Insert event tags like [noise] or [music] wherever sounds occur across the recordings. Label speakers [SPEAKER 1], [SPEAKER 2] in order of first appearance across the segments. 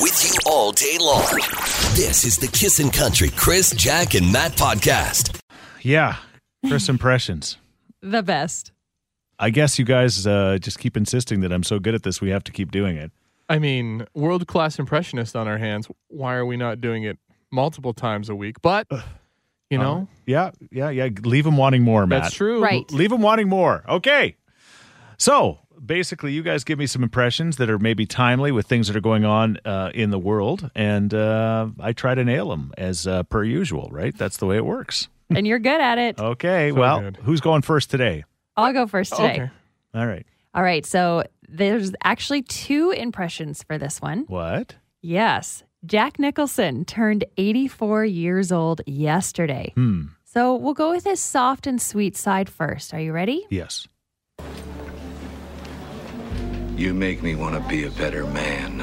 [SPEAKER 1] with you all day long. This is the Kissin' Country Chris, Jack, and Matt podcast.
[SPEAKER 2] Yeah. First impressions.
[SPEAKER 3] The best.
[SPEAKER 2] I guess you guys uh, just keep insisting that I'm so good at this, we have to keep doing it.
[SPEAKER 4] I mean, world class impressionist on our hands. Why are we not doing it multiple times a week? But, you know,
[SPEAKER 2] Yeah, yeah, yeah. Leave them wanting more, Matt.
[SPEAKER 4] that's true.
[SPEAKER 3] Right.
[SPEAKER 2] Leave them wanting more. Okay. So basically, you guys give me some impressions that are maybe timely with things that are going on uh, in the world, and uh, I try to nail them as uh, per usual, right? That's the way it works.
[SPEAKER 3] And you're good at
[SPEAKER 2] Oh.
[SPEAKER 3] it.
[SPEAKER 2] Okay. well,
[SPEAKER 4] good.
[SPEAKER 2] who's going first today?
[SPEAKER 3] I'll go first today.
[SPEAKER 4] Okay.
[SPEAKER 2] All right.
[SPEAKER 3] All right. So there's actually two impressions for this one.
[SPEAKER 2] What?
[SPEAKER 3] Yes. Jack Nicholson turned 84 years old yesterday.
[SPEAKER 2] Hmm.
[SPEAKER 3] So we'll go with his soft and sweet side first. Are
[SPEAKER 2] [laughs]
[SPEAKER 3] you ready?
[SPEAKER 2] Yes.
[SPEAKER 5] You make me want to be a better man.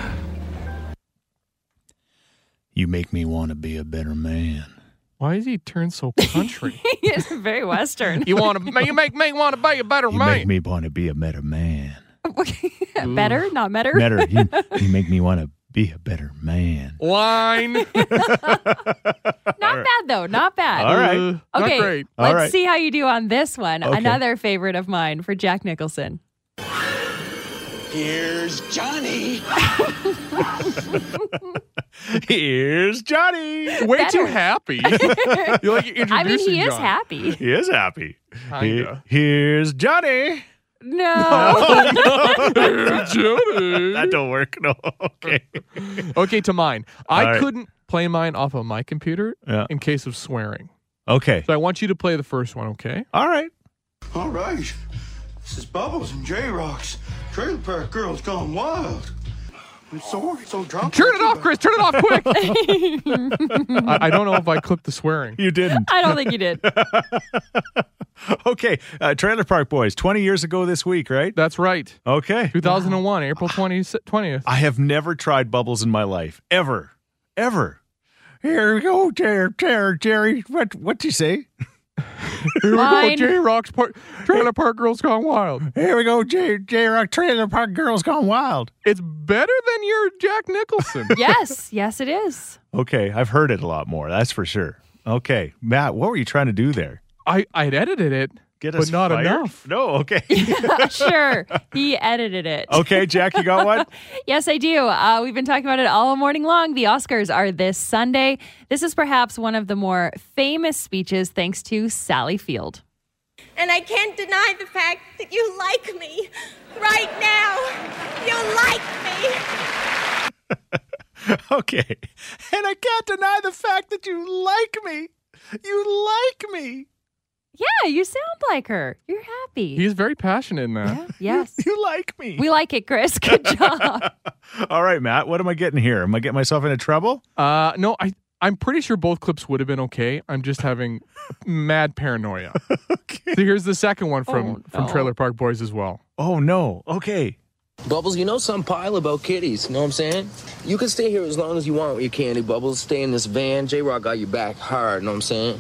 [SPEAKER 2] You make me want to be a better man.
[SPEAKER 4] Why is he
[SPEAKER 3] [laughs]
[SPEAKER 4] turned so country?
[SPEAKER 3] It's very [laughs] Western.
[SPEAKER 4] you want to? You make me want to be a better
[SPEAKER 2] You
[SPEAKER 4] man.
[SPEAKER 2] make me want to be a better man.
[SPEAKER 3] better, not better.
[SPEAKER 2] [laughs] Better. You, you make me want to be a better man.
[SPEAKER 4] Line.
[SPEAKER 3] Not bad, though. Not bad.
[SPEAKER 2] All right.
[SPEAKER 4] Uh, [laughs] not
[SPEAKER 3] Okay,
[SPEAKER 4] great.
[SPEAKER 2] All
[SPEAKER 3] let's
[SPEAKER 2] right.
[SPEAKER 3] see how you do on this one.
[SPEAKER 2] Okay.
[SPEAKER 3] Another favorite of mine for Jack Nicholson.
[SPEAKER 5] Here's Johnny.
[SPEAKER 2] [laughs] Here's Johnny.
[SPEAKER 4] Way
[SPEAKER 3] Better. [laughs]
[SPEAKER 4] too happy. You're like introducing
[SPEAKER 3] I mean, he is
[SPEAKER 2] [laughs]
[SPEAKER 4] John.
[SPEAKER 3] happy.
[SPEAKER 2] He is happy. He-
[SPEAKER 4] Kinda.
[SPEAKER 2] here's Johnny.
[SPEAKER 3] No.
[SPEAKER 4] [laughs]
[SPEAKER 2] [laughs]
[SPEAKER 4] Johnny.
[SPEAKER 2] That don't work. No. [laughs] Okay.
[SPEAKER 4] Okay, to mine. I
[SPEAKER 2] All right.
[SPEAKER 4] couldn't play mine off of my computer
[SPEAKER 2] Yeah.
[SPEAKER 4] in case of swearing.
[SPEAKER 2] Okay.
[SPEAKER 4] So I want you to play the first one, okay?
[SPEAKER 2] All right.
[SPEAKER 6] All right. This is Bubbles and J Rocks. Trailer Park Girls Gone Wild. I'm sorry, so drunk.
[SPEAKER 4] Turn it off, Chris. Turn it off [laughs] quick. I, I don't know if I clipped the swearing.
[SPEAKER 2] You didn't.
[SPEAKER 3] [laughs] I don't think you did.
[SPEAKER 2] [laughs] Okay. Uh, Trailer Park Boys, 20 years ago this week, right?
[SPEAKER 4] That's right.
[SPEAKER 2] Okay.
[SPEAKER 4] 2001, April 20th. 20th.
[SPEAKER 2] I have never tried bubbles in my life. Ever. Ever. Here we go, Jerry. Jerry, Jerry. What, what'd you say?
[SPEAKER 4] Here
[SPEAKER 3] Mine.
[SPEAKER 4] J Rock's part, Trailer Park Girls Gone Wild.
[SPEAKER 2] Here we go, Jerry. Jerry. Trailer Park Girls Gone Wild.
[SPEAKER 4] It's better than your Jack Nicholson.
[SPEAKER 3] Yes, yes, it is. [laughs]
[SPEAKER 2] Okay, I've heard it a lot more. That's for sure. Okay, Matt, what were you trying to do there?
[SPEAKER 4] [laughs] I, I'd edited it,
[SPEAKER 2] Get us
[SPEAKER 4] but not
[SPEAKER 2] fired?
[SPEAKER 4] enough.
[SPEAKER 2] No. Okay. [laughs]
[SPEAKER 3] sure, he edited it.
[SPEAKER 2] okay, Jack, you got one. [laughs]
[SPEAKER 3] Yes, I do. Uh, we've been talking about it all morning long. The Oscars are this Sunday. This is perhaps one of the more famous speeches, thanks to Sally Field.
[SPEAKER 7] And I can't deny the fact that you like me. Right now, you like me.
[SPEAKER 2] Okay. And I can't deny the fact that you like me. You like me.
[SPEAKER 3] Yeah, you sound like her. You're happy.
[SPEAKER 4] He's very passionate in that.
[SPEAKER 3] yes.
[SPEAKER 2] You like me.
[SPEAKER 3] We like it,
[SPEAKER 2] [laughs]
[SPEAKER 3] Chris. Good job.
[SPEAKER 2] All right, Matt, what am I getting here? Am I getting myself into trouble?
[SPEAKER 4] Uh, no, I, I'm pretty sure both clips would have been okay. I'm just having
[SPEAKER 2] [laughs]
[SPEAKER 4] mad paranoia. So here's the second one from,
[SPEAKER 3] Oh,
[SPEAKER 4] from
[SPEAKER 3] no.
[SPEAKER 4] Trailer Park Boys as well.
[SPEAKER 2] Oh, no. Okay.
[SPEAKER 8] Bubbles, you know some pile about kitties, know what I'm saying? You can stay here as long as you want with your candy, Bubbles. Stay in this van. J Rock got your back hard, know what I'm saying?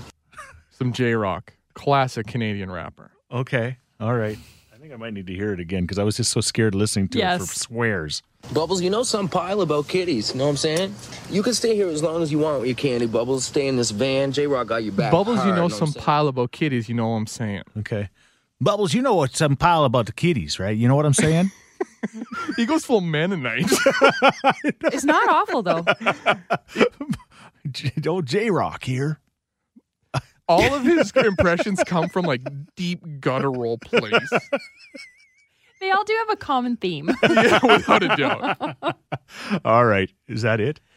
[SPEAKER 4] Some J Rock, classic Canadian rapper.
[SPEAKER 2] Okay. All right. I think I might need to hear it again because I was just so scared listening to it
[SPEAKER 3] Yes.
[SPEAKER 2] for swears.
[SPEAKER 8] Bubbles, you know some pile about kitties, know what I'm saying? You can stay here as long as you want with your candy, Bubbles. Stay in this van. J Rock got your back
[SPEAKER 4] Bubbles,
[SPEAKER 8] hard,
[SPEAKER 4] you know
[SPEAKER 8] what I'm
[SPEAKER 4] some
[SPEAKER 8] saying?
[SPEAKER 4] pile about kitties, you know what I'm saying.
[SPEAKER 2] Okay. Bubbles, you know what's some pile about the kitties, right? You know what I'm
[SPEAKER 4] [laughs]
[SPEAKER 2] saying?
[SPEAKER 4] He goes full Mennonite.
[SPEAKER 3] It's not awful, though.
[SPEAKER 2] J- old J Rock here.
[SPEAKER 4] [laughs] All of his impressions come from like deep guttural place.
[SPEAKER 3] They all do have a common theme.
[SPEAKER 4] Yeah, [laughs] without a doubt.
[SPEAKER 2] All right. Is that it? I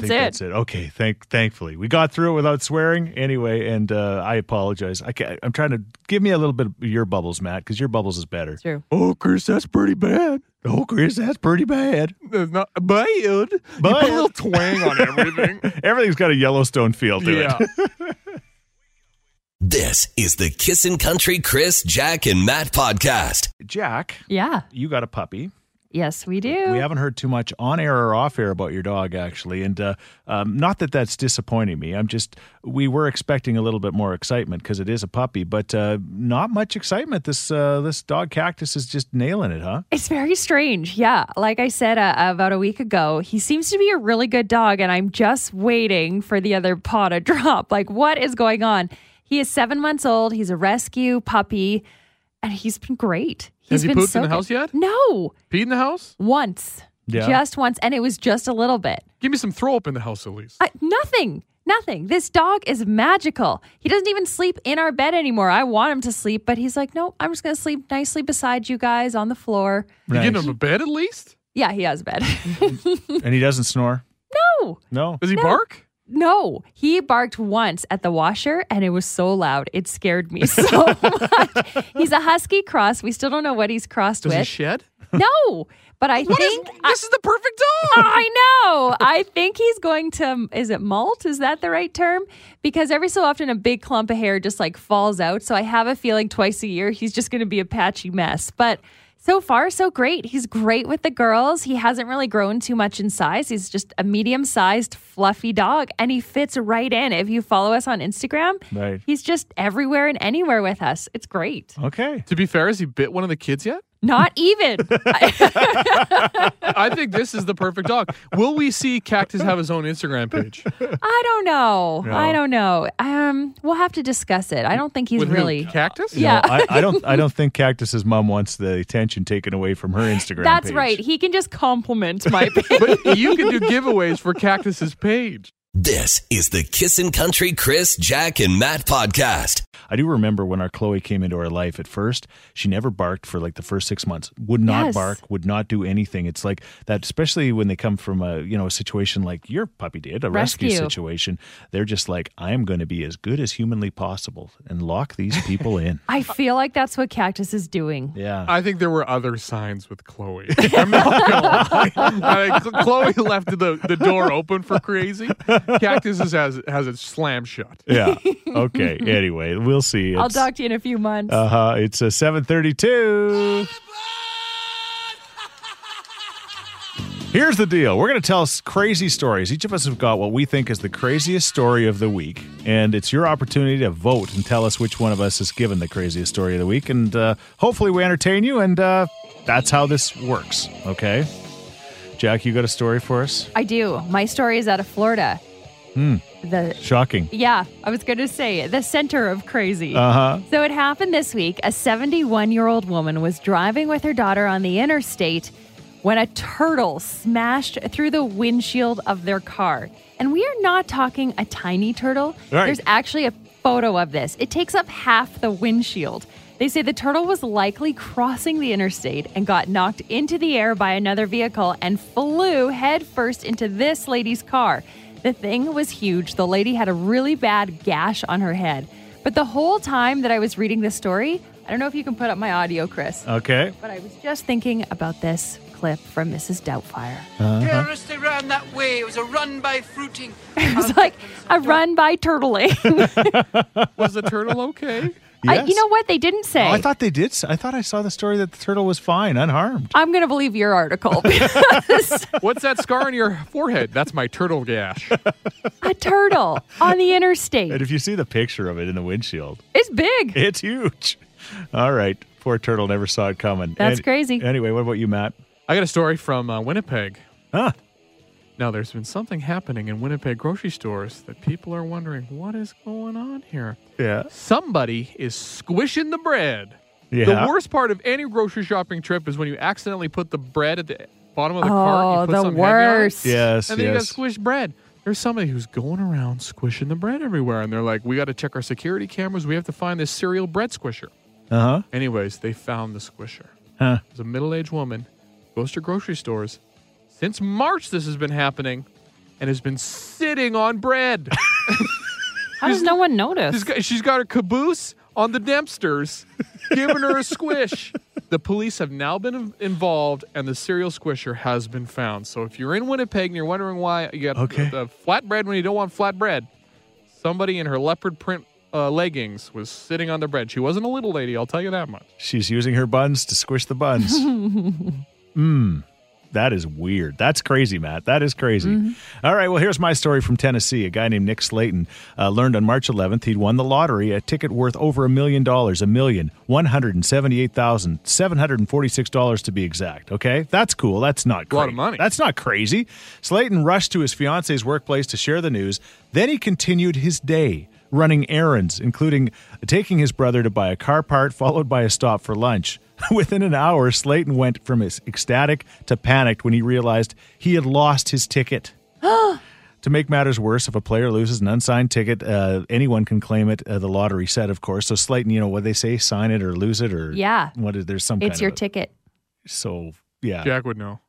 [SPEAKER 3] That's it.
[SPEAKER 2] think That's it. Okay. Thank. Thankfully, we got through it without swearing. Anyway, and uh, I apologize. I can't, I'm trying to give me a little bit of your bubbles, Matt, because your bubbles is better.
[SPEAKER 3] True.
[SPEAKER 4] Oh, Chris, that's pretty bad.
[SPEAKER 2] Oh, Chris, that's pretty bad.
[SPEAKER 4] That's not bad. You put a little twang on everything.
[SPEAKER 2] Everything's got a Yellowstone feel to
[SPEAKER 4] yeah.
[SPEAKER 2] it.
[SPEAKER 1] This is the Kissin' Country Chris, Jack, and Matt podcast.
[SPEAKER 2] [laughs] Jack,
[SPEAKER 3] Yeah.
[SPEAKER 2] you got a puppy.
[SPEAKER 3] Yes, we do.
[SPEAKER 2] We haven't heard too much on air or off air about your dog, actually. And uh, um, not that that's disappointing me. I'm just, we were expecting a little bit more excitement because it is a puppy, but uh, not much excitement. This uh, this dog cactus is just nailing it, huh?
[SPEAKER 3] It's very strange. Yeah. Like I said uh, about a week ago, he seems to be a really good dog, and I'm just waiting for the other paw to [laughs] drop. Like, what is going on? He is seven months old. He's a rescue puppy, and he's been great. He's
[SPEAKER 4] Has he
[SPEAKER 3] been
[SPEAKER 4] pooped
[SPEAKER 3] so
[SPEAKER 4] in the
[SPEAKER 3] good.
[SPEAKER 4] house yet?
[SPEAKER 3] No,
[SPEAKER 4] Pee in the house?
[SPEAKER 3] once.
[SPEAKER 2] Yeah.
[SPEAKER 3] Just once. And it was just a little bit.
[SPEAKER 4] Give me some throw up in the house at least.
[SPEAKER 3] I, nothing. Nothing. This dog is magical. He doesn't even sleep in our bed anymore. I want him to sleep, but he's like, no, I'm just going to sleep nicely beside you guys on the floor.
[SPEAKER 4] You
[SPEAKER 2] Nice.
[SPEAKER 4] getting him a bed at least?
[SPEAKER 3] Yeah, he has a bed. [laughs]
[SPEAKER 2] and he doesn't snore?
[SPEAKER 3] no.
[SPEAKER 2] No.
[SPEAKER 4] Does he bark?
[SPEAKER 3] No, he barked once at the washer and it was so loud. It scared me [laughs] so much. He's a husky cross. We still don't know what he's crossed
[SPEAKER 4] Does he
[SPEAKER 3] with.
[SPEAKER 4] shed?
[SPEAKER 3] no, but I think I,
[SPEAKER 4] This is the perfect
[SPEAKER 3] [laughs]
[SPEAKER 4] dog.
[SPEAKER 3] I know. I think he's going to is it molt? Is that the right term? Because every so often a big clump of hair just like falls out. So I have a feeling twice a year he's just going to be a patchy mess. But so far so great. He's great with the girls. He hasn't really grown too much in size. He's just a medium-sized fluffy dog and he fits right in. If you follow us on Instagram,
[SPEAKER 2] Right.
[SPEAKER 3] he's just everywhere and anywhere with us. It's great.
[SPEAKER 2] Okay.
[SPEAKER 4] To be fair, has he bit one of the kids yet?
[SPEAKER 3] Not even.
[SPEAKER 4] I think this is the perfect dog. Will we see Cactus have his own Instagram page?
[SPEAKER 3] I don't know.
[SPEAKER 2] No.
[SPEAKER 3] I don't know. Um, we'll have to discuss it. I don't think he's
[SPEAKER 4] With who?
[SPEAKER 3] really.
[SPEAKER 4] Cactus?
[SPEAKER 3] Yeah.
[SPEAKER 2] No, I, I don't. I don't think Cactus's mom wants the attention taken away
[SPEAKER 3] [laughs]
[SPEAKER 2] from her Instagram.
[SPEAKER 3] That's
[SPEAKER 2] page.
[SPEAKER 3] right. He can just compliment
[SPEAKER 2] [laughs]
[SPEAKER 3] my page.
[SPEAKER 4] But you can do giveaways for Cactus's page.
[SPEAKER 1] This is the Kissin' Country Chris, Jack, and Matt podcast.
[SPEAKER 2] I do remember when our Chloe came into our life at first, she never barked for like the first six months. Would not
[SPEAKER 3] Yes.
[SPEAKER 2] bark, would not do anything. It's like that, especially when they come from a you know a situation like your puppy did, a rescue,
[SPEAKER 3] Rescue.
[SPEAKER 2] situation. They're just like, I am going to be as good as humanly possible and lock these people in.
[SPEAKER 3] I feel like that's what Cactus is doing.
[SPEAKER 2] Yeah.
[SPEAKER 4] I think there were other signs with [laughs] Chloe. I'm not gonna lie. I think Chloe left the, the door open for crazy. Cactus is- has has it slam shut.
[SPEAKER 2] [laughs] yeah. Okay. Anyway, we'll see.
[SPEAKER 3] I'll talk to you in a few months.
[SPEAKER 2] Uh huh. It's a seven thirty-two. Here's the deal. We're going to tell s- crazy stories. Each of us have got what we think is the craziest story of the week, and it's your opportunity to vote and tell us which one of us is given the craziest story of the week. And uh, hopefully, we entertain you. And uh, that's how this works. Okay, Jack, you got a story for us?
[SPEAKER 3] I do. My story is out of Florida.
[SPEAKER 2] Hmm.
[SPEAKER 3] The
[SPEAKER 2] Shocking.
[SPEAKER 3] yeah, I was going to say the center of crazy. Uh-huh. So it happened this week. A 71-year-old woman was driving with her daughter on the interstate when a turtle smashed through the windshield of their car. And we are not talking a tiny turtle.
[SPEAKER 2] Right.
[SPEAKER 3] There's actually a photo of this. It takes up half the windshield. They say the turtle was likely crossing the interstate and got knocked into the air by another vehicle and flew headfirst into this lady's car. The thing was huge. The lady had a really bad gash on her head. But the whole time that I was reading this story, I don't know if you can put up my audio, Chris,
[SPEAKER 2] Okay.
[SPEAKER 3] but I was just thinking about this clip from Mrs. Doubtfire. [laughs]
[SPEAKER 9] Terrorists, they ran that way. It was a run by fruiting.
[SPEAKER 3] It was like a run by turtling. [laughs]
[SPEAKER 4] Was the turtle okay?
[SPEAKER 3] I, you
[SPEAKER 2] Yes.
[SPEAKER 3] know what? They didn't say.
[SPEAKER 2] Oh, I thought they did. s- I thought I saw the story that the turtle was fine, unharmed.
[SPEAKER 3] I'm going to believe your article [laughs] because
[SPEAKER 4] What's that scar on your forehead? That's my turtle gash.
[SPEAKER 3] a turtle on the
[SPEAKER 2] And
[SPEAKER 3] interstate.
[SPEAKER 2] if you see the picture of it in the windshield,
[SPEAKER 3] It's big.
[SPEAKER 2] [laughs] It's huge. All right. Poor turtle never saw it coming.
[SPEAKER 3] That's crazy.
[SPEAKER 2] Anyway, what about you, Matt?
[SPEAKER 4] I got a story from uh, Winnipeg.
[SPEAKER 2] Huh?
[SPEAKER 4] Now, there's been something happening in Winnipeg grocery stores that people are wondering what is going on here.
[SPEAKER 2] Yeah.
[SPEAKER 4] Somebody is squishing the bread.
[SPEAKER 2] Yeah.
[SPEAKER 4] The worst part of any grocery shopping trip is when you accidentally put the bread at the bottom of the cart.
[SPEAKER 3] Oh,
[SPEAKER 4] You put
[SPEAKER 3] the
[SPEAKER 4] something heavy on it,
[SPEAKER 3] worst.
[SPEAKER 2] Yes.
[SPEAKER 4] and then you got
[SPEAKER 2] yes.
[SPEAKER 4] squished bread. There's somebody who's going around squishing the bread everywhere, and they're like, "We got to check our security cameras. We have to find this cereal bread squisher."
[SPEAKER 2] Uh huh.
[SPEAKER 4] Anyways, they found the squisher.
[SPEAKER 2] Huh.
[SPEAKER 4] It was a middle-aged woman, goes to grocery stores. Since March, this has been happening, and has been sitting on bread.
[SPEAKER 3] How does no one notice?
[SPEAKER 4] This guy- she's got her caboose on the Dempsters, giving her a squish. The police have now been in- involved, and the cereal squisher has been found. So if you're in Winnipeg and you're wondering why you got
[SPEAKER 2] Okay.
[SPEAKER 4] the, the flatbread when you don't want flatbread, somebody in her leopard print uh, leggings was sitting on the bread. She wasn't a little lady, I'll tell you that much.
[SPEAKER 3] [laughs]
[SPEAKER 2] She's using her buns to squish the buns. Hmm. That is weird. That's crazy, Matt. That is crazy.
[SPEAKER 3] Mm-hmm.
[SPEAKER 2] All right. Well, here's my story from Tennessee. A guy named Nick Slayton uh, learned on March 11th he'd won the lottery, a ticket worth over a million dollars, a million one hundred seventy-eight thousand seven hundred forty-six dollars to be exact. Okay, that's cool. That's not
[SPEAKER 4] A lot
[SPEAKER 2] cra-
[SPEAKER 4] of money.
[SPEAKER 2] That's not crazy. Slayton rushed to his fiance's workplace to share the news. Then he continued his day. Running errands, including taking his brother to buy a car part, followed by a stop for lunch. [laughs] Within an hour, Slayton went from his ecstatic to panicked when he realized he had lost his
[SPEAKER 3] [gasps]
[SPEAKER 2] ticket. To make matters worse, if a player loses an unsigned ticket, uh, anyone can claim it. Uh, the lottery said, of course. So Slayton, you know what they say: sign it or lose it, or
[SPEAKER 3] Yeah.
[SPEAKER 2] what is there's some kind
[SPEAKER 3] It's your
[SPEAKER 2] of a-
[SPEAKER 3] ticket.
[SPEAKER 2] So yeah,
[SPEAKER 4] Jack would know.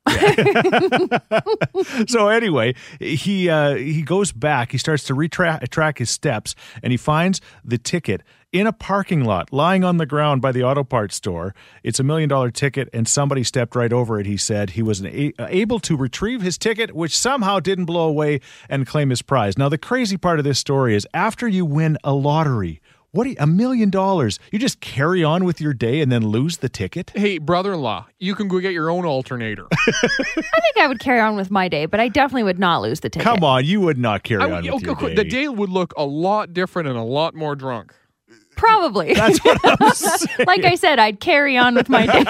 [SPEAKER 2] [laughs] so anyway, he uh, he goes back. He starts to retrack track his steps, and he finds the ticket in a parking lot, lying on the ground by the auto parts store. It's a million dollar ticket, and somebody stepped right over it. He said he was a- uh, able to retrieve his ticket, which somehow didn't blow away and claim his prize. Now, the crazy part of this story is after you win a lottery. What do you- a million dollars? You just carry on with your day and then lose the ticket?
[SPEAKER 4] Hey, brother-in-law, you can go get your own alternator.
[SPEAKER 3] I think I would carry on with my day, but I definitely would not lose the ticket.
[SPEAKER 2] Come on, you would not [laughs] carry
[SPEAKER 4] I
[SPEAKER 2] on
[SPEAKER 4] would-
[SPEAKER 2] with your
[SPEAKER 4] okay,
[SPEAKER 2] day.
[SPEAKER 4] The day would look a lot different and a lot more drunk.
[SPEAKER 3] Probably. That's what I'm saying. [laughs] like I said, I'd carry on with my day.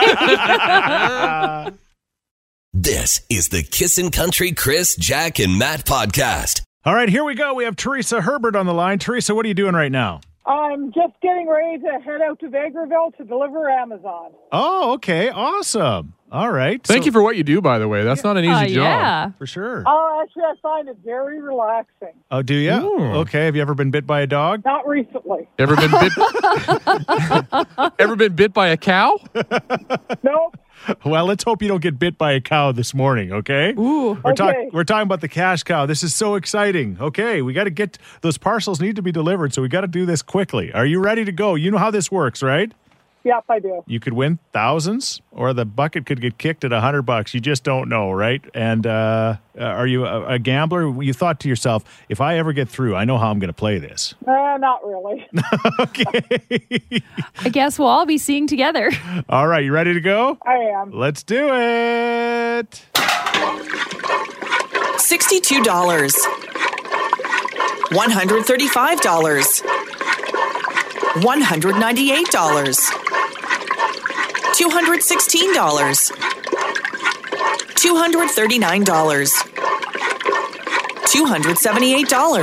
[SPEAKER 1] This is the Kissin' Country Chris, Jack, and Matt podcast.
[SPEAKER 2] All right, here we go. We have Teresa Herbert on the line. Teresa, what are you doing right now?
[SPEAKER 10] I'm just getting ready to head out to Vegreville to deliver Amazon.
[SPEAKER 2] Oh, okay. Awesome. All right.
[SPEAKER 4] Thank you for what you do, by the way. That's not an easy
[SPEAKER 3] Oh,
[SPEAKER 4] job.
[SPEAKER 3] yeah.
[SPEAKER 2] for sure.
[SPEAKER 10] Oh, actually, I find it very relaxing.
[SPEAKER 2] Oh, do you?
[SPEAKER 4] Ooh.
[SPEAKER 2] Okay. Have you ever been bit by a dog?
[SPEAKER 10] Not recently. [laughs]
[SPEAKER 4] Ever been bit?
[SPEAKER 3] [laughs]
[SPEAKER 4] Ever been bit [laughs] by a cow?
[SPEAKER 10] Nope.
[SPEAKER 2] Well, let's hope you don't get bit by a cow this morning, okay? Ooh. We're, talk-
[SPEAKER 10] Okay.
[SPEAKER 2] we're talking about the cash cow. This is so exciting. Okay. We got to get those parcels need to be delivered, so we got to do this quickly. Are you ready to go? You know how this works, right?
[SPEAKER 10] Yep, I do.
[SPEAKER 2] you could win thousands or the bucket could get kicked at a hundred bucks you just don't know right and uh, are you a, a gambler you thought to yourself if i ever get through i know how i'm going to play this [laughs]
[SPEAKER 10] Uh, not
[SPEAKER 4] [laughs]
[SPEAKER 10] really.
[SPEAKER 3] I guess we'll all be seeing together.
[SPEAKER 2] all right you ready to go
[SPEAKER 10] I am.
[SPEAKER 2] let's do it
[SPEAKER 11] $62. $135. $198. $216. $239. $278. $291.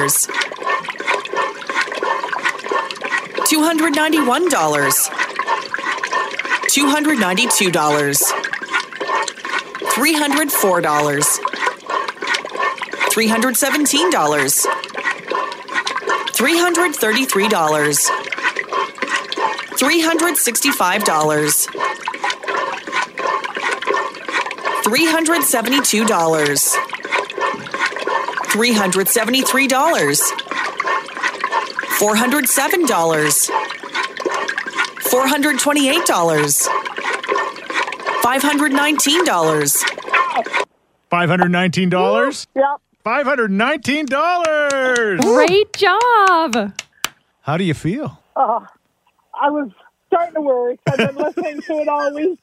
[SPEAKER 11] $292. $304. $317. $333. $365. $372. $373. $407. $428. $519.
[SPEAKER 2] $519
[SPEAKER 10] Yep.
[SPEAKER 2] $519
[SPEAKER 3] Great job.
[SPEAKER 2] how do you feel
[SPEAKER 10] I was starting to worry. 'cause I've been listening to it all week.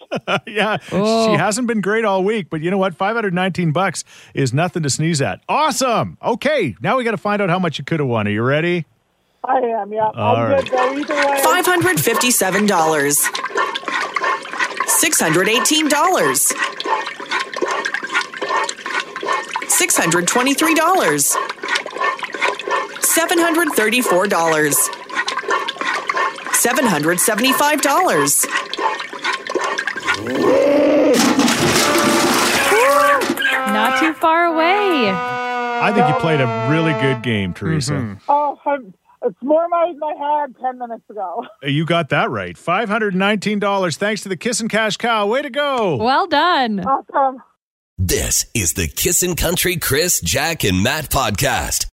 [SPEAKER 2] yeah she hasn't been great all week but you know what 519 bucks is nothing to sneeze at awesome okay now we got to find out how much you could have won are you ready
[SPEAKER 10] I am. Yep.
[SPEAKER 2] All
[SPEAKER 10] I'm
[SPEAKER 2] right.
[SPEAKER 10] good though. Either way.
[SPEAKER 11] Five hundred fifty-seven dollars. Six hundred eighteen dollars. Six hundred twenty-three dollars. Seven hundred thirty-four dollars. Seven hundred seventy-five dollars.
[SPEAKER 3] Not too far away.
[SPEAKER 2] i think you played a really good game teresa
[SPEAKER 10] Oh, I'm, it's more money than I had ten minutes ago. [laughs]
[SPEAKER 2] You got that right. $519 thanks to the Kiss and Cash Cow. Way to go.
[SPEAKER 3] Well done.
[SPEAKER 10] Awesome.
[SPEAKER 1] This is the Kissin' Country Chris, Jack, and Matt podcast.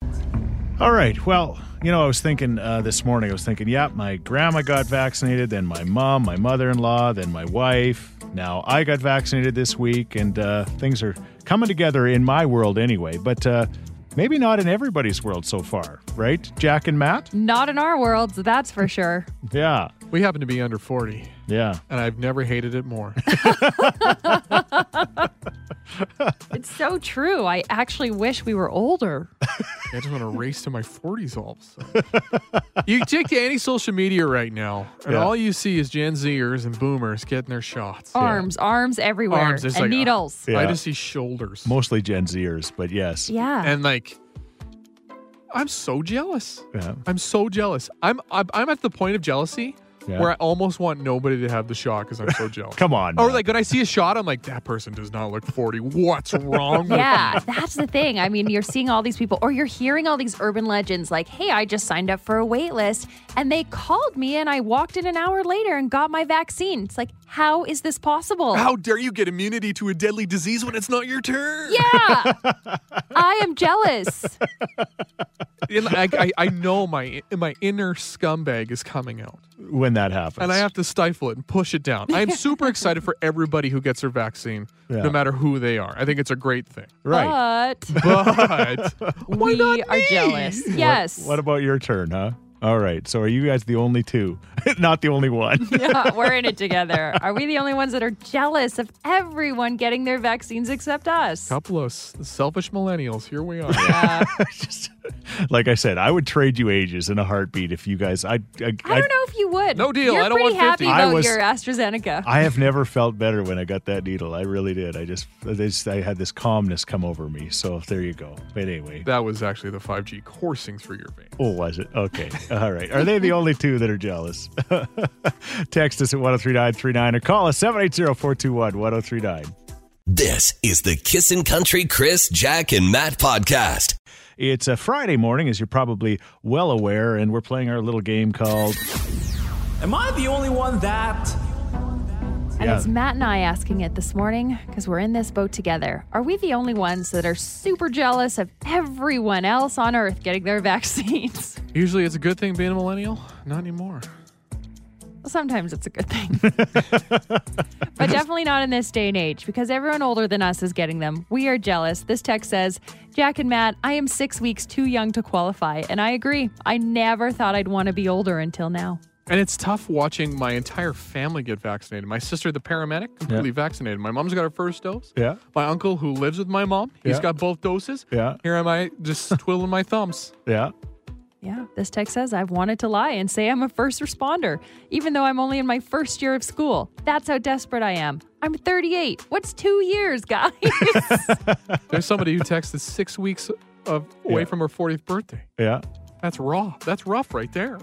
[SPEAKER 2] All right. Well, you know, I was thinking uh, this morning, I was thinking, yeah, my grandma got vaccinated, then my mom, my mother in law, then my wife. Now I got vaccinated this week, and uh, things are coming together in my world anyway, but uh, maybe not in everybody's world so far,
[SPEAKER 3] Mm.
[SPEAKER 2] right? Jack and Matt?
[SPEAKER 3] Not in our worlds, that's for sure.
[SPEAKER 2] Yeah.
[SPEAKER 4] We happen to be under 40.
[SPEAKER 2] Yeah.
[SPEAKER 4] And I've never hated
[SPEAKER 3] [laughs]
[SPEAKER 4] it more.
[SPEAKER 3] It's so true. I actually wish we were older.
[SPEAKER 4] I just want to race to my 40s all of a sudden. you take to any social media right now, and
[SPEAKER 2] Yeah.
[SPEAKER 4] all you see is Gen Zers and boomers getting their shots.
[SPEAKER 3] Arms, arms everywhere,
[SPEAKER 4] Arms, it's
[SPEAKER 3] and
[SPEAKER 4] like, uh,
[SPEAKER 3] needles.
[SPEAKER 4] I just see shoulders.
[SPEAKER 2] Mostly Gen Zers, but yes.
[SPEAKER 3] Yeah.
[SPEAKER 4] And like, I'm so jealous.
[SPEAKER 2] Yeah.
[SPEAKER 4] I'm so jealous. I'm I'm, I'm at the point of jealousy
[SPEAKER 2] Yeah.
[SPEAKER 4] where I almost want nobody to have the shot because
[SPEAKER 2] [laughs]
[SPEAKER 4] I'm so jealous.
[SPEAKER 2] Come on.
[SPEAKER 4] Or
[SPEAKER 2] man.
[SPEAKER 4] like when I see a shot, I'm like, that person does not look 40. What's wrong? [laughs] with
[SPEAKER 3] yeah, that's the thing. I mean, you're seeing all these people, or you're hearing all these urban legends like, hey, I just signed up for a wait list and they called me and I walked in an hour later and got my vaccine. It's like, how is this possible?
[SPEAKER 4] How dare you get immunity to a deadly disease when it's not your turn?
[SPEAKER 3] Yeah. I am jealous.
[SPEAKER 4] [laughs] And I, I, I know my my inner scumbag is coming out,
[SPEAKER 2] when that happens.
[SPEAKER 4] and I have to stifle it and push it down. I'm super excited for everybody who gets their vaccine,
[SPEAKER 2] Yeah.
[SPEAKER 4] no matter who they are. I think it's a great thing.
[SPEAKER 2] right.
[SPEAKER 3] But
[SPEAKER 4] But
[SPEAKER 3] we are jealous. Yes.
[SPEAKER 2] What about your turn, huh? All right. So are you guys the only two? [laughs] Not the only one.
[SPEAKER 3] [laughs] yeah, [laughs] we're in it together. Are we the only ones that are jealous of everyone getting their vaccines except us? Uh,
[SPEAKER 4] couple of s- selfish millennials, here we
[SPEAKER 2] [laughs]
[SPEAKER 4] are.
[SPEAKER 3] Yeah.
[SPEAKER 2] like I said, I would trade you ages in a heartbeat if you guys. I. I,
[SPEAKER 3] I don't know if you would.
[SPEAKER 4] No deal.
[SPEAKER 3] You're
[SPEAKER 4] I don't
[SPEAKER 3] pretty
[SPEAKER 4] want
[SPEAKER 3] happy
[SPEAKER 4] 50.
[SPEAKER 2] I
[SPEAKER 3] about
[SPEAKER 2] was-
[SPEAKER 3] your AstraZeneca.
[SPEAKER 2] I have never felt better when I got that needle. I really did. I just, I just, I had this calmness come over me. So there you go. But anyway,
[SPEAKER 4] That was actually the 5G coursing through your veins.
[SPEAKER 2] oh, was it? Okay. All right. Are they
[SPEAKER 3] [laughs]
[SPEAKER 2] the only two that are jealous? [laughs] Text us at 103939 or call us 780 421 1039.
[SPEAKER 1] This is the Kissin' Country Chris, Jack, and Matt podcast.
[SPEAKER 2] It's a Friday morning, as you're probably well aware, and we're playing our little game
[SPEAKER 4] [laughs]
[SPEAKER 2] called.
[SPEAKER 12] Am I the only one that?
[SPEAKER 3] And it's Matt and I asking it this morning because we're in this boat together. Are we the only ones that are super jealous of everyone else on earth getting their [laughs] vaccines?
[SPEAKER 4] Usually it's a good thing being a millennial, not anymore.
[SPEAKER 3] Sometimes it's a good thing. but definitely not in this day and age because everyone older than us is getting them. We are jealous. This text says, Jack and Matt, I am six weeks too young to qualify. And I agree. I never thought I'd want to be older until now.
[SPEAKER 4] And it's tough watching my entire family get vaccinated. My sister, the paramedic, completely vaccinated. My mom's got her first dose.
[SPEAKER 2] Yeah.
[SPEAKER 4] My uncle, who lives with my mom, he's
[SPEAKER 2] Yeah.
[SPEAKER 4] got both doses.
[SPEAKER 2] Yeah.
[SPEAKER 4] Here am I
[SPEAKER 2] [laughs]
[SPEAKER 4] just twiddling my thumbs.
[SPEAKER 2] Yeah.
[SPEAKER 3] Yeah, this text says I've wanted to lie and say I'm a first responder, even though I'm only in my first year of school. That's how desperate I am. I'm 38. What's two years, [laughs] guys?
[SPEAKER 4] There's somebody who texted six weeks of, away
[SPEAKER 2] Yeah.
[SPEAKER 4] from her 40th birthday.
[SPEAKER 2] Yeah.
[SPEAKER 4] That's raw. That's rough right there.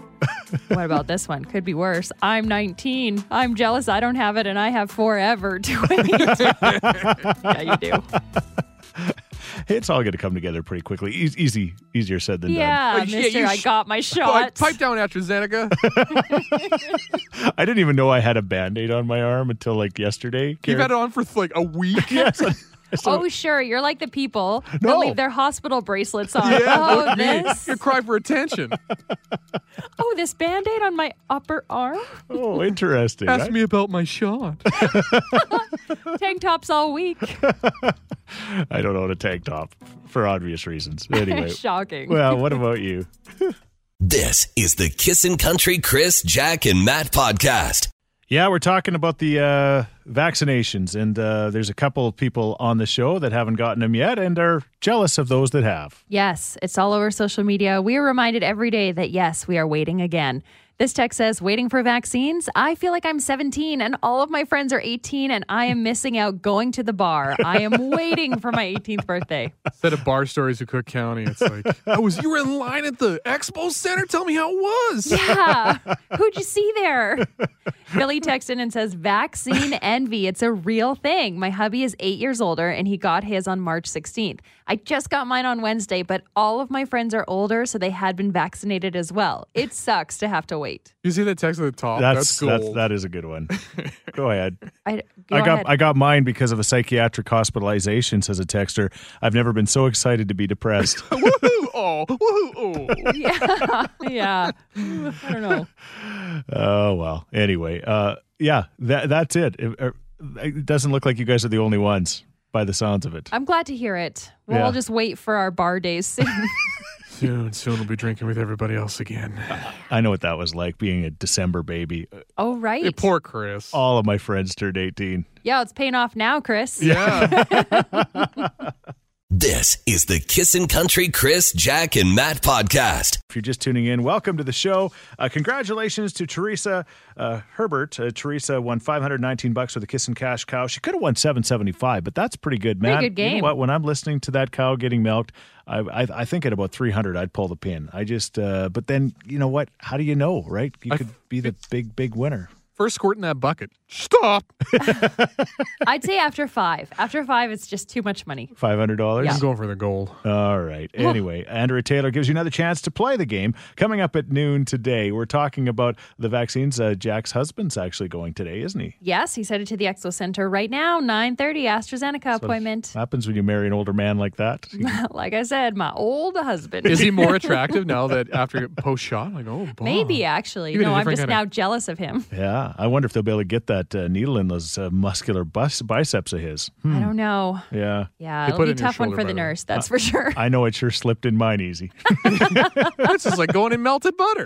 [SPEAKER 3] what about this one? Could be worse. I'm 19. I'm jealous I don't have it, and I have forever to wait. [laughs] yeah, you do.
[SPEAKER 2] It's all going to come together pretty quickly. E- easy, easier said than
[SPEAKER 3] Yeah,
[SPEAKER 4] Oh, yeah,
[SPEAKER 3] mister,
[SPEAKER 4] you
[SPEAKER 3] I
[SPEAKER 4] sh-
[SPEAKER 3] got my shot.
[SPEAKER 4] Pipe down
[SPEAKER 2] [laughs]
[SPEAKER 4] AstraZeneca.
[SPEAKER 2] done. I didn't even know I had a band aid on my arm until like yesterday.
[SPEAKER 4] You've
[SPEAKER 2] Karen.
[SPEAKER 4] had it on for like
[SPEAKER 2] [laughs]
[SPEAKER 4] a week.
[SPEAKER 3] oh, sure. You're like the people
[SPEAKER 2] No.
[SPEAKER 3] that leave their hospital bracelets
[SPEAKER 4] [laughs]
[SPEAKER 3] on.
[SPEAKER 4] look
[SPEAKER 3] oh,
[SPEAKER 4] at me.
[SPEAKER 3] this.
[SPEAKER 4] You're crying for attention.
[SPEAKER 3] Oh, this band aid on my upper arm.
[SPEAKER 2] oh, interesting.
[SPEAKER 4] Ask
[SPEAKER 2] I-
[SPEAKER 4] me about my [laughs] shot.
[SPEAKER 3] Tank tops all week.
[SPEAKER 2] I don't own a tank top for obvious reasons.
[SPEAKER 4] [laughs]
[SPEAKER 2] Anyway.
[SPEAKER 3] Shocking.
[SPEAKER 2] well, what about you?
[SPEAKER 1] This is the Kissin' Country Chris, Jack, and Matt podcast.
[SPEAKER 2] Yeah, we're talking about the uh, vaccinations, and uh, there's a couple of people on the show that haven't gotten them yet and are jealous of those that have.
[SPEAKER 3] Yes, it's all over social media. We are reminded every day that yes, we are waiting again. This text says, waiting for vaccines. I feel like I'm 17 and all of my friends are 18 and I am missing out going to the bar. I am waiting for my 18th birthday.
[SPEAKER 4] Instead of bar stories of Cook County, it's like, I was you were in line at the Expo Center. Tell me how it was.
[SPEAKER 3] Yeah. Who'd you see there? Billy texts in and says, Vaccine envy. It's a real thing. My hubby is eight years older and he got his on March 16th. I just got mine on Wednesday, but all of my friends are older, so they had been vaccinated as well. It sucks to have to wait.
[SPEAKER 4] You see that text at the top?
[SPEAKER 2] That's
[SPEAKER 4] Oh, That's,
[SPEAKER 2] that's
[SPEAKER 4] gold.
[SPEAKER 2] that is a good
[SPEAKER 4] [laughs]
[SPEAKER 2] one. Go ahead.
[SPEAKER 3] I, go
[SPEAKER 2] I got
[SPEAKER 3] ahead.
[SPEAKER 2] I got mine because of a psychiatric hospitalization, says a texter. I've never been so excited to be
[SPEAKER 3] [laughs]
[SPEAKER 2] depressed.
[SPEAKER 4] woohoo! Oh, woohoo! Oh.
[SPEAKER 3] [laughs] yeah, yeah. I don't know.
[SPEAKER 2] oh well. Anyway, uh, yeah, that that's it. It, er, it doesn't look like you guys are the only ones by the sounds of it.
[SPEAKER 3] Uh I'm glad to hear it. We'll
[SPEAKER 2] Yeah.
[SPEAKER 3] all just wait for our bar days [laughs] soon.
[SPEAKER 4] [laughs] soon, soon we'll be drinking with everybody else again.
[SPEAKER 2] I know what that was like being a December baby.
[SPEAKER 3] Oh, right.
[SPEAKER 4] [laughs] Yeah, poor Chris.
[SPEAKER 2] All of my friends turned 18.
[SPEAKER 3] Yeah, it's paying off now, Chris.
[SPEAKER 4] Yeah. [laughs]
[SPEAKER 1] This is the Kissin' Country Chris, Jack, and Matt podcast.
[SPEAKER 2] If you're just tuning in, welcome to the show. Uh, congratulations to Teresa uh, Herbert. Uh, Teresa won 519 bucks with a Kissin' Cash cow. She could have won 775, but that's pretty good,
[SPEAKER 3] Pretty
[SPEAKER 2] Matt.
[SPEAKER 3] good
[SPEAKER 2] You
[SPEAKER 3] game.
[SPEAKER 2] know what? When I'm listening to that cow getting milked, I, I, I think at about 300, I'd pull the pin. I just, uh, but then, you know what? How do you know, right? You could be the big, big winner.
[SPEAKER 4] First squirt in that bucket. Stop.
[SPEAKER 3] I'd say after five. After five, it's just too much money.
[SPEAKER 2] $500?
[SPEAKER 3] Yeah. I'm
[SPEAKER 4] going for the gold.
[SPEAKER 2] All right.
[SPEAKER 3] Whew.
[SPEAKER 2] Anyway, Andrea Taylor gives you another chance to play the game. Coming up at noon today, we're talking about the vaccines. Uh, Jack's husband's actually going today, isn't he?
[SPEAKER 3] Yes, he's headed to the Exo Center right now, 9.30, AstraZeneca appointment.
[SPEAKER 2] Happens when you marry an older man like
[SPEAKER 3] [laughs]
[SPEAKER 2] that.
[SPEAKER 3] like I said, my old husband.
[SPEAKER 4] Is he more attractive now that after post shot? Like, oh, boy.
[SPEAKER 3] Maybe, actually.
[SPEAKER 4] You get a
[SPEAKER 3] No, I'm
[SPEAKER 4] different
[SPEAKER 3] just
[SPEAKER 4] kinda-
[SPEAKER 3] now jealous of him.
[SPEAKER 2] Yeah. I wonder if they'll be able to get that uh, needle in those uh, muscular bus- biceps of his. Hmm.
[SPEAKER 3] I don't know.
[SPEAKER 2] Yeah.
[SPEAKER 3] Yeah, it'll be a tough one for the nurse, that's for sure.
[SPEAKER 2] I know it sure slipped in mine easy. [laughs]
[SPEAKER 4] This is like going in melted [laughs] butter.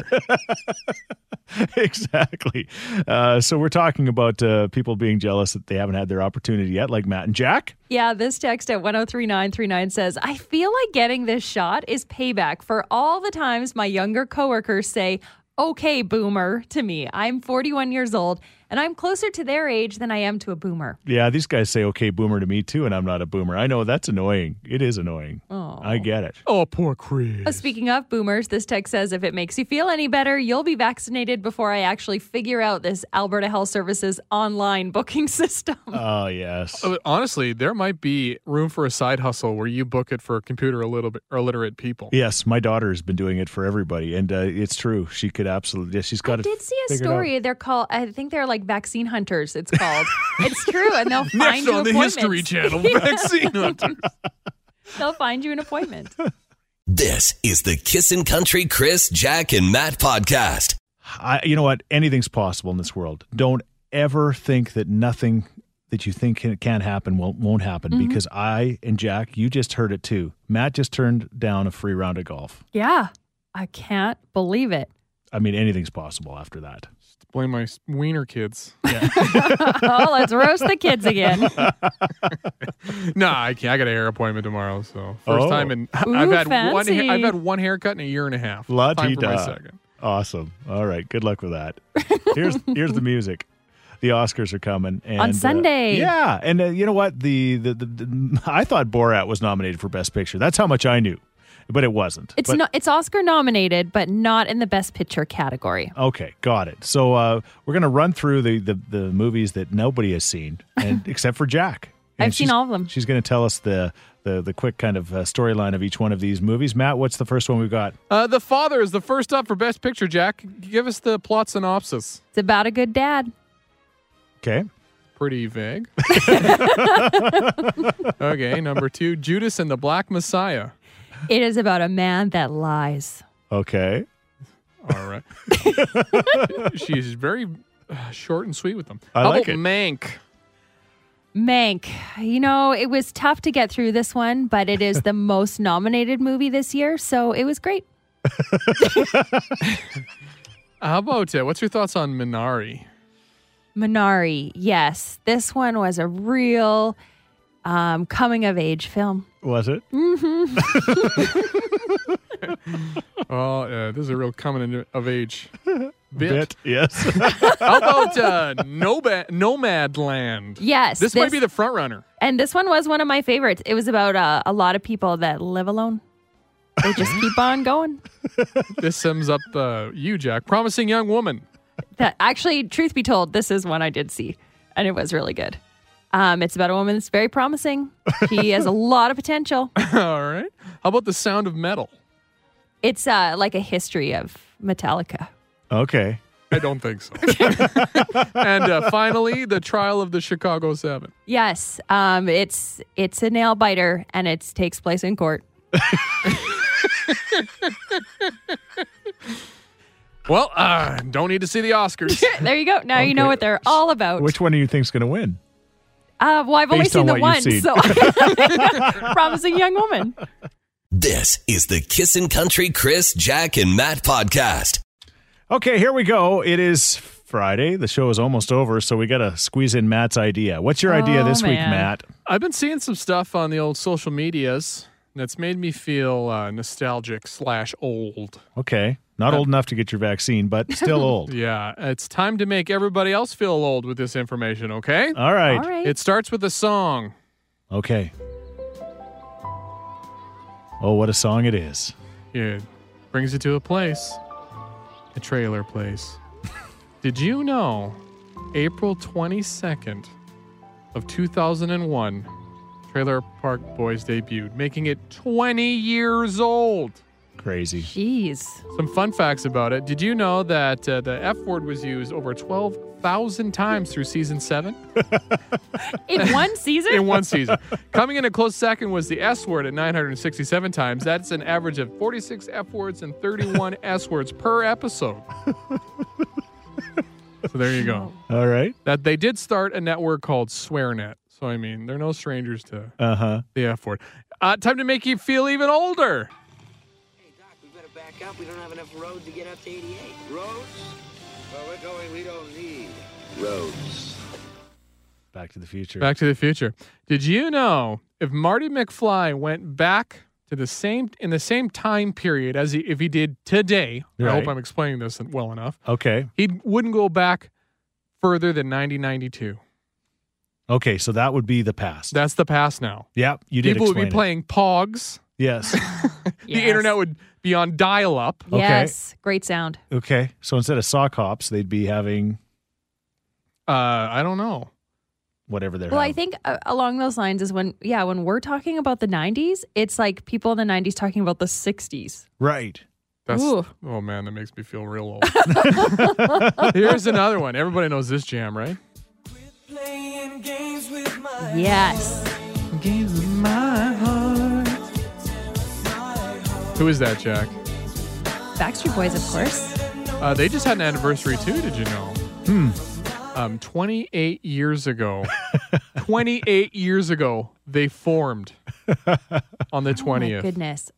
[SPEAKER 2] exactly. Uh, so we're talking about uh, people being jealous that they haven't had their opportunity yet, like Matt and Jack.
[SPEAKER 3] Yeah, this text at 103939 says, I feel like getting this shot is payback for all the times my younger coworkers say, okay, boomer to me. I'm 41 years old and I'm closer to their age than I am to a boomer.
[SPEAKER 2] Yeah, these guys say okay boomer to me too, and I'm not a boomer. I know that's annoying. It is annoying.
[SPEAKER 3] Oh.
[SPEAKER 2] I get it.
[SPEAKER 4] Oh, poor Chris.
[SPEAKER 3] Uh, Speaking of boomers, this text says if it makes you feel any better, you'll be vaccinated before I actually figure out this Alberta Health Services online booking [laughs] system.
[SPEAKER 2] Oh yes.
[SPEAKER 4] Uh, Honestly, there might be room for a side hustle where you book it for computer a little bit illiterate people.
[SPEAKER 2] Yes, my daughter has been doing it for everybody, and uh, it's true. She could absolutely. yeah, She's got. it
[SPEAKER 3] did see a
[SPEAKER 2] figured out.
[SPEAKER 3] story. They're called. I think they're like vaccine hunters. It's [laughs] called. it's true, and they'll find
[SPEAKER 4] Next
[SPEAKER 3] you
[SPEAKER 4] on the
[SPEAKER 3] appointments. [laughs]
[SPEAKER 4] History Channel, [laughs] vaccine hunter.
[SPEAKER 3] they'll find you an appointment.
[SPEAKER 1] This is the Kissin' Country Chris, Jack, and Matt podcast.
[SPEAKER 2] I, you know what? Anything's possible in this world. Don't ever think that nothing that you think can, can happen won't, won't happen
[SPEAKER 4] Mm-hmm.
[SPEAKER 3] Mhm.
[SPEAKER 2] because I and Jack, you just heard it too. Matt just turned down a free round of golf.
[SPEAKER 3] Yeah, I can't believe it.
[SPEAKER 2] I mean, anything's possible after that.
[SPEAKER 4] [laughs] Blame my s- wiener kids.
[SPEAKER 3] oh, let's roast the kids again.
[SPEAKER 4] [laughs] nah, I can't. I got a hair appointment tomorrow, so first
[SPEAKER 2] Oh.
[SPEAKER 4] time in [laughs]
[SPEAKER 3] Ooh,
[SPEAKER 4] I've had one.
[SPEAKER 3] fancy.
[SPEAKER 4] Ha- I've had one haircut in a year and a half.
[SPEAKER 2] La
[SPEAKER 4] time
[SPEAKER 2] di
[SPEAKER 4] for my
[SPEAKER 2] da.
[SPEAKER 4] second.
[SPEAKER 2] Awesome. All right. Good luck with
[SPEAKER 4] [laughs]
[SPEAKER 2] that. Here's here's the music. The Oscars are coming and,
[SPEAKER 3] On
[SPEAKER 2] uh,
[SPEAKER 3] Sunday.
[SPEAKER 2] yeah, and uh, you know what? The the, the the I thought Borat was nominated for Best Picture. That's how much I knew, but it wasn't.
[SPEAKER 3] It's
[SPEAKER 2] But-
[SPEAKER 3] not. It's Oscar nominated, but not in the Best Picture category.
[SPEAKER 2] Okay, got it. So uh, we're gonna run through the, the the movies that nobody has
[SPEAKER 3] [laughs]
[SPEAKER 2] seen, and except for Jack. And
[SPEAKER 3] I've seen
[SPEAKER 2] she's-
[SPEAKER 3] all of them.
[SPEAKER 2] She's gonna tell us the the the quick kind of uh, storyline of each one of these movies. Matt, what's the first one we've got?
[SPEAKER 4] Uh, the father is the first up for best picture. Jack, give us the plot synopsis.
[SPEAKER 3] It's about a good dad.
[SPEAKER 2] Okay.
[SPEAKER 3] [laughs]
[SPEAKER 4] Pretty vague. [laughs] okay, number two, Judas and the Black Messiah.
[SPEAKER 3] It is about a man that lies.
[SPEAKER 2] Okay. [laughs]
[SPEAKER 4] All right. She's very uh, short and sweet with them.
[SPEAKER 2] I
[SPEAKER 4] How
[SPEAKER 2] like
[SPEAKER 4] about
[SPEAKER 2] it.
[SPEAKER 4] Mank?
[SPEAKER 3] Mank, you know, it was tough to get through this one, but it is the
[SPEAKER 4] [laughs]
[SPEAKER 3] most nominated movie this year, so it was great.
[SPEAKER 4] How about uh, what's your thoughts on Minari?
[SPEAKER 3] Minari, yes. This one was a real um, coming of age film.
[SPEAKER 2] Was it?
[SPEAKER 4] Oh, uh, this is a real coming in-
[SPEAKER 2] [laughs]
[SPEAKER 4] of age bit.
[SPEAKER 2] Yes.
[SPEAKER 4] How about uh, Noba- Nomad Land?
[SPEAKER 3] Yes.
[SPEAKER 4] This, might be the front runner.
[SPEAKER 3] And this one was one of my favorites. It was about uh, a lot of people that live alone. They just
[SPEAKER 2] [laughs]
[SPEAKER 3] keep on going.
[SPEAKER 4] This sums up uh, you, Jack. Promising young woman. [laughs]
[SPEAKER 3] That actually, truth be told, this is one I did see, and it was really good. Um, it's about a woman that's very promising.
[SPEAKER 2] [laughs]
[SPEAKER 3] She has a lot of potential.
[SPEAKER 4] All right. How about the sound of metal?
[SPEAKER 3] It's uh, like a history of Metallica.
[SPEAKER 2] okay.
[SPEAKER 4] I don't think so. and uh, finally, the trial of the Chicago Seven.
[SPEAKER 3] Yes, um, it's it's a nail biter, and it takes place in court.
[SPEAKER 4] Well, uh, don't need to see the Oscars.
[SPEAKER 3] There you go. Now you know
[SPEAKER 2] Okay.
[SPEAKER 3] what they're all about.
[SPEAKER 2] Which one do you think's gonna win?
[SPEAKER 3] Uh, well, I've only
[SPEAKER 2] Based
[SPEAKER 3] seen
[SPEAKER 2] on
[SPEAKER 3] the
[SPEAKER 2] what
[SPEAKER 3] one,
[SPEAKER 2] [laughs]
[SPEAKER 3] [laughs]
[SPEAKER 2] you've seen.
[SPEAKER 3] so promising young woman.
[SPEAKER 1] This is the Kissin' Country Chris, Jack, and Matt podcast.
[SPEAKER 2] Okay, here we go. It is Friday. The show is almost over, so we got to squeeze in Matt's idea. What's your idea
[SPEAKER 4] Oh,
[SPEAKER 2] this week,
[SPEAKER 4] man.
[SPEAKER 2] Matt?
[SPEAKER 4] I've been seeing some stuff on the old social medias that's made me feel uh, nostalgic slash old.
[SPEAKER 2] Okay. Not
[SPEAKER 4] Uh,
[SPEAKER 2] old enough to get your vaccine, but
[SPEAKER 3] [laughs]
[SPEAKER 2] still old.
[SPEAKER 4] yeah, it's time to make everybody else feel old with this information, okay?
[SPEAKER 2] All right. All right.
[SPEAKER 4] It starts with a song.
[SPEAKER 2] Okay. Oh, what a song it is.
[SPEAKER 4] It brings you to a place, a trailer place. Did you know April 22nd of 2001, Trailer Park Boys debuted, making it 20 years old?
[SPEAKER 2] Crazy.
[SPEAKER 3] Jeez.
[SPEAKER 4] Some fun facts about it. Did you know that uh, the F word was used over 12,000 times through season seven? [laughs]
[SPEAKER 3] In one season?
[SPEAKER 4] in one season. Coming in a close second was the S word at 967 times. That's an average of 46 F words and 31 S words per episode. so there you go.
[SPEAKER 2] All right.
[SPEAKER 4] That they did start a network called SwearNet. So I mean, they're no strangers to
[SPEAKER 2] Uh huh.
[SPEAKER 4] the F word. Uh, time to make you feel even older.
[SPEAKER 13] Back up. We don't have enough road to get up to 88. Roads? Where we're going, we don't need roads.
[SPEAKER 2] Back to the future.
[SPEAKER 4] Back to the Future. Did you know if Marty McFly went back to the same in the same time period as he, if he did today? I hope
[SPEAKER 2] Right.
[SPEAKER 4] I'm explaining this well enough.
[SPEAKER 2] Okay.
[SPEAKER 4] He wouldn't go back further than 1992.
[SPEAKER 2] Okay. So that would be the past.
[SPEAKER 4] That's the past now.
[SPEAKER 2] Yep. You did
[SPEAKER 4] People would be
[SPEAKER 2] explain it.
[SPEAKER 4] playing Pogs. [laughs]
[SPEAKER 2] Yes.
[SPEAKER 4] The internet would be on dial up.
[SPEAKER 2] Okay.
[SPEAKER 3] Yes. Great sound.
[SPEAKER 2] okay. So instead of sock hops, they'd be having
[SPEAKER 4] Uh, I don't know.
[SPEAKER 2] whatever they're
[SPEAKER 3] Well, I
[SPEAKER 2] having.
[SPEAKER 3] think uh, along those lines is when, yeah, when we're talking about the 90s, it's like people in the 90s talking about the 60s.
[SPEAKER 2] right.
[SPEAKER 4] That's,
[SPEAKER 3] Ooh.
[SPEAKER 4] oh man, that makes me feel real old. [laughs] Here's another one. Everybody knows this jam, right?
[SPEAKER 3] Yes.
[SPEAKER 4] Who is that, Jack?
[SPEAKER 3] Backstreet Boys, of course.
[SPEAKER 4] Uh, they just had an anniversary too. Did you know?
[SPEAKER 2] Hmm.
[SPEAKER 4] Um, 28 years ago, 28 years ago, they formed on the
[SPEAKER 3] Oh, my
[SPEAKER 4] 20th.
[SPEAKER 3] goodness.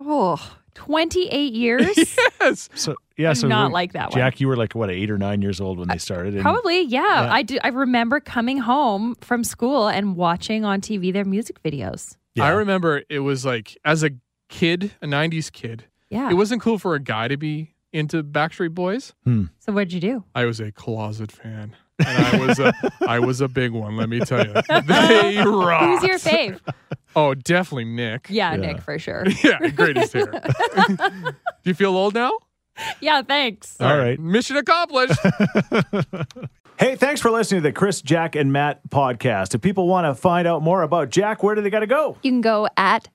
[SPEAKER 3] Oh, 28
[SPEAKER 4] [laughs]
[SPEAKER 3] years?
[SPEAKER 4] yes.
[SPEAKER 2] So yeah.
[SPEAKER 3] Do
[SPEAKER 2] So
[SPEAKER 3] not
[SPEAKER 2] we-
[SPEAKER 3] like that one.
[SPEAKER 2] Jack, you were like what eight or nine years old when they started. and-
[SPEAKER 3] Probably, yeah.
[SPEAKER 2] Yeah.
[SPEAKER 3] I do. I remember coming home from school and watching on TV their music videos.
[SPEAKER 4] I remember it was like as a kid, a 90s kid.
[SPEAKER 3] Yeah.
[SPEAKER 4] It wasn't cool for a guy to be into Backstreet Boys.
[SPEAKER 3] So what'd you do?
[SPEAKER 4] I was a closet fan. And I was a I was a big one, let me tell
[SPEAKER 3] [laughs]
[SPEAKER 4] you. They rock.
[SPEAKER 3] Who's your
[SPEAKER 4] [laughs]
[SPEAKER 3] fave?
[SPEAKER 4] Oh, definitely Nick.
[SPEAKER 3] Yeah, Nick for sure.
[SPEAKER 4] [laughs] Yeah, greatest here. Do you feel old now?
[SPEAKER 3] yeah, thanks.
[SPEAKER 2] All right.
[SPEAKER 4] Mission accomplished.
[SPEAKER 2] Hey, thanks for listening to the Chris, Jack, and Matt podcast. If people want to find out more about Jack, where do they got to go?
[SPEAKER 14] You can go at